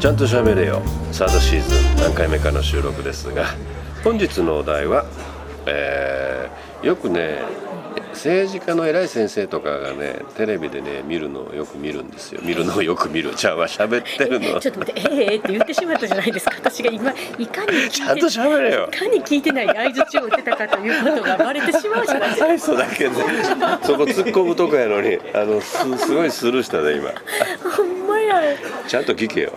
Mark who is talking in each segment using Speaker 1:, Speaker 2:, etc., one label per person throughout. Speaker 1: ちゃんと喋れよサードシーズン何回目かの収録ですが本日のお題は、えーよくね政治家の偉い先生とかがねテレビでね見るのをよく見るんですよ見るのをよく見るじゃあは喋ってるの
Speaker 2: ちょっと待って、ええええって言ってしまったじゃないですか。私が今いかに聞いて
Speaker 1: ちゃんと喋れよ
Speaker 2: いかに聞いてない相槌を打てたかということがバレてしまうじゃないですか。
Speaker 1: 大層だけでそこ突っ込むとこやのにあのすすごいスルーしたね今
Speaker 2: ほんまや。
Speaker 1: ちゃんと聞けよ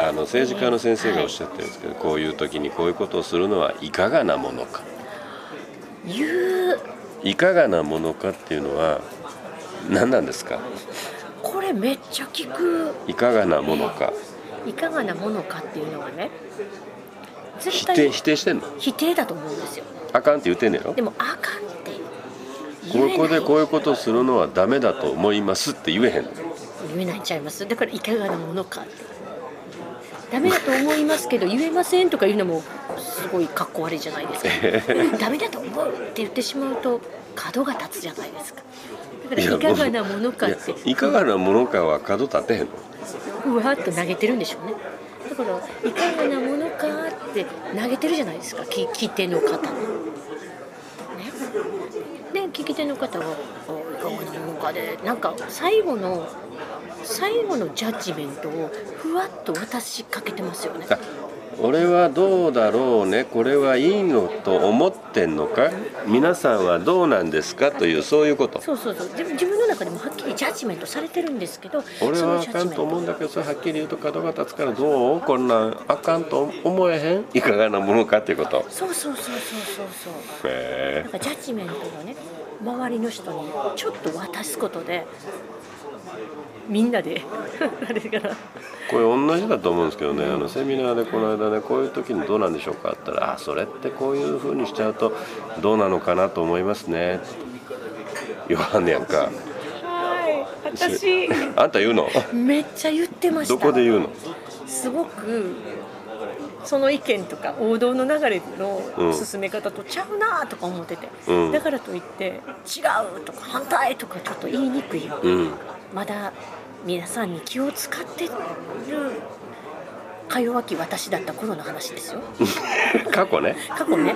Speaker 1: あの政治家の先生がおっしゃってるんですけどこういう時にこういうことをするのはいかがなものか
Speaker 2: 言う。
Speaker 1: いかがなものかっていうのは何なんですか
Speaker 2: これめっちゃ聞く。
Speaker 1: いかがなものか
Speaker 2: いかがなものかっていうのがね。
Speaker 1: 否
Speaker 2: 絶
Speaker 1: 定
Speaker 2: 対
Speaker 1: 否定してんの
Speaker 2: 否定だと思うんですよ。
Speaker 1: あかんって言ってんねやろ
Speaker 2: でもあかんって言え
Speaker 1: こ
Speaker 2: な
Speaker 1: こ
Speaker 2: い。
Speaker 1: でこういうことをするのはダメだと思いますって言えへんの
Speaker 2: 言えないんちゃいますだからいかがなものかってダメだと思いますけど言えませんとか言うのもすごいかっこ悪いじゃないですか ダメだと思うって言ってしまうと角が立つじゃないですかだからいかがなものかっ
Speaker 1: いや
Speaker 2: て
Speaker 1: いかがなものかは角立てへんの
Speaker 2: うわーっと投げてるんでしょうねだからいかがなものかって投げてるじゃないですか聞聞き手の方がねで聞き手の方があ「いかがなものかで」なんか最後の最後のジャッジメントをふわっと渡しかけてますよね
Speaker 1: あ俺はどうだろうねこれはいいのと思ってんのか皆さんはどうなんですかというそういうこと
Speaker 2: そうそうそうで自分の中でもはっきりジャッジメントされてるんですけど
Speaker 1: 俺
Speaker 2: そ
Speaker 1: は
Speaker 2: の
Speaker 1: あ
Speaker 2: ジャッ
Speaker 1: か
Speaker 2: ジ
Speaker 1: ん
Speaker 2: メ
Speaker 1: と
Speaker 2: ント
Speaker 1: 思うんだけどそれはっきり言うと角が立つからどうこんなんあかんと思えへんいかがなものかっていうこと
Speaker 2: そうそうそうそうそうそう
Speaker 1: へ
Speaker 2: なんかジャッジメントをね周りの人にちょっと渡すことでみんなで あれか
Speaker 1: え
Speaker 2: ら
Speaker 1: これ同じだと思うんですけどねあのセミナーでこの間ねこういう時にどうなんでしょうかって言ったら「あそれってこういうふうにしちゃうとどうなのかなと思いますね」って言わんねやんか
Speaker 2: はい私
Speaker 1: あんた言うの
Speaker 2: めっちゃ言ってました
Speaker 1: どこで言うの
Speaker 2: すごくその意見とか王道の流れの進め方とちゃうなとか思ってて、
Speaker 1: うん
Speaker 2: だからといって違うとか反対とかちょっと言いにくい、
Speaker 1: うん
Speaker 2: まだ皆さんに気を使ってるか弱き私だった頃の話ですよ
Speaker 1: 過去ね
Speaker 2: 過去ね、で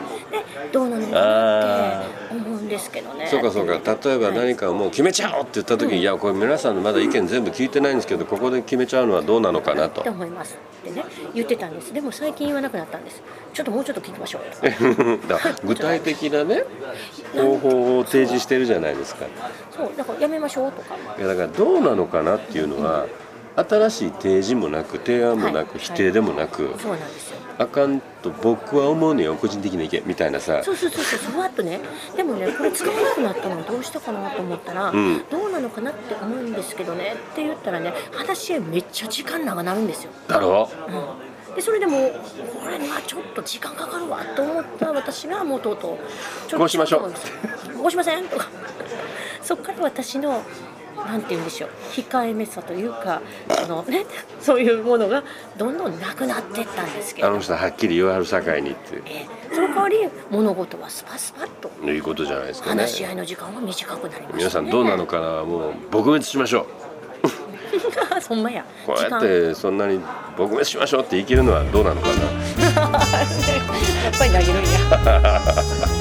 Speaker 2: どうなのかなって思うんですけどね。
Speaker 1: そうかそうか例えば何かをもう決めちゃおうって言った時に、いやこれ皆さんのまだ意見全部聞いてないんですけどここで決めちゃうのはどうなのかなと
Speaker 2: って思いますってね言ってたんです。でも最近言わなくなったんです。ちょっともうちょっと聞きましょう。
Speaker 1: だから具体的なね方法を提示してるじゃないですか
Speaker 2: そうだからやめましょうとか。
Speaker 1: いやだからどうなのかなっていうのは新しい提示もなく提案もな
Speaker 2: は
Speaker 1: く
Speaker 2: い
Speaker 1: 否定でもなく、
Speaker 2: そうなんですよ。
Speaker 1: あかんと僕は思うねよ個人的な意見みたいなさ
Speaker 2: そうそうそうそうそわっとね。でもねこれ使わなくなったのはどうしたかなと思ったら、
Speaker 1: ん
Speaker 2: どうなのかなって思うんですけどねって言ったらね話し合いめっちゃ時間長なるんですよ。
Speaker 1: だろ
Speaker 2: うんでそれでもこれまあちょっと時間かかるわと思った私がもうとうとうちょ
Speaker 1: こうしましょう
Speaker 2: こうしませんとか そこから私のなんて言うんでしょう控えめさというかあの、ね、 そういうものがどんどんなくなっていったんですけ
Speaker 1: あ
Speaker 2: ど
Speaker 1: の人はっきり言わはる境にって
Speaker 2: えーその代わり物事はスパスパッと
Speaker 1: いうことじゃないですかね
Speaker 2: 話し合いの時間は短くなりました、ね、
Speaker 1: 皆さんどうな のかなはもう撲滅しましょう
Speaker 2: そんまや
Speaker 1: こう
Speaker 2: 時
Speaker 1: やっ
Speaker 2: 間やって
Speaker 1: そんなに撲滅しましょうって言い切るのはどうなのかな
Speaker 2: ぱり投げるんや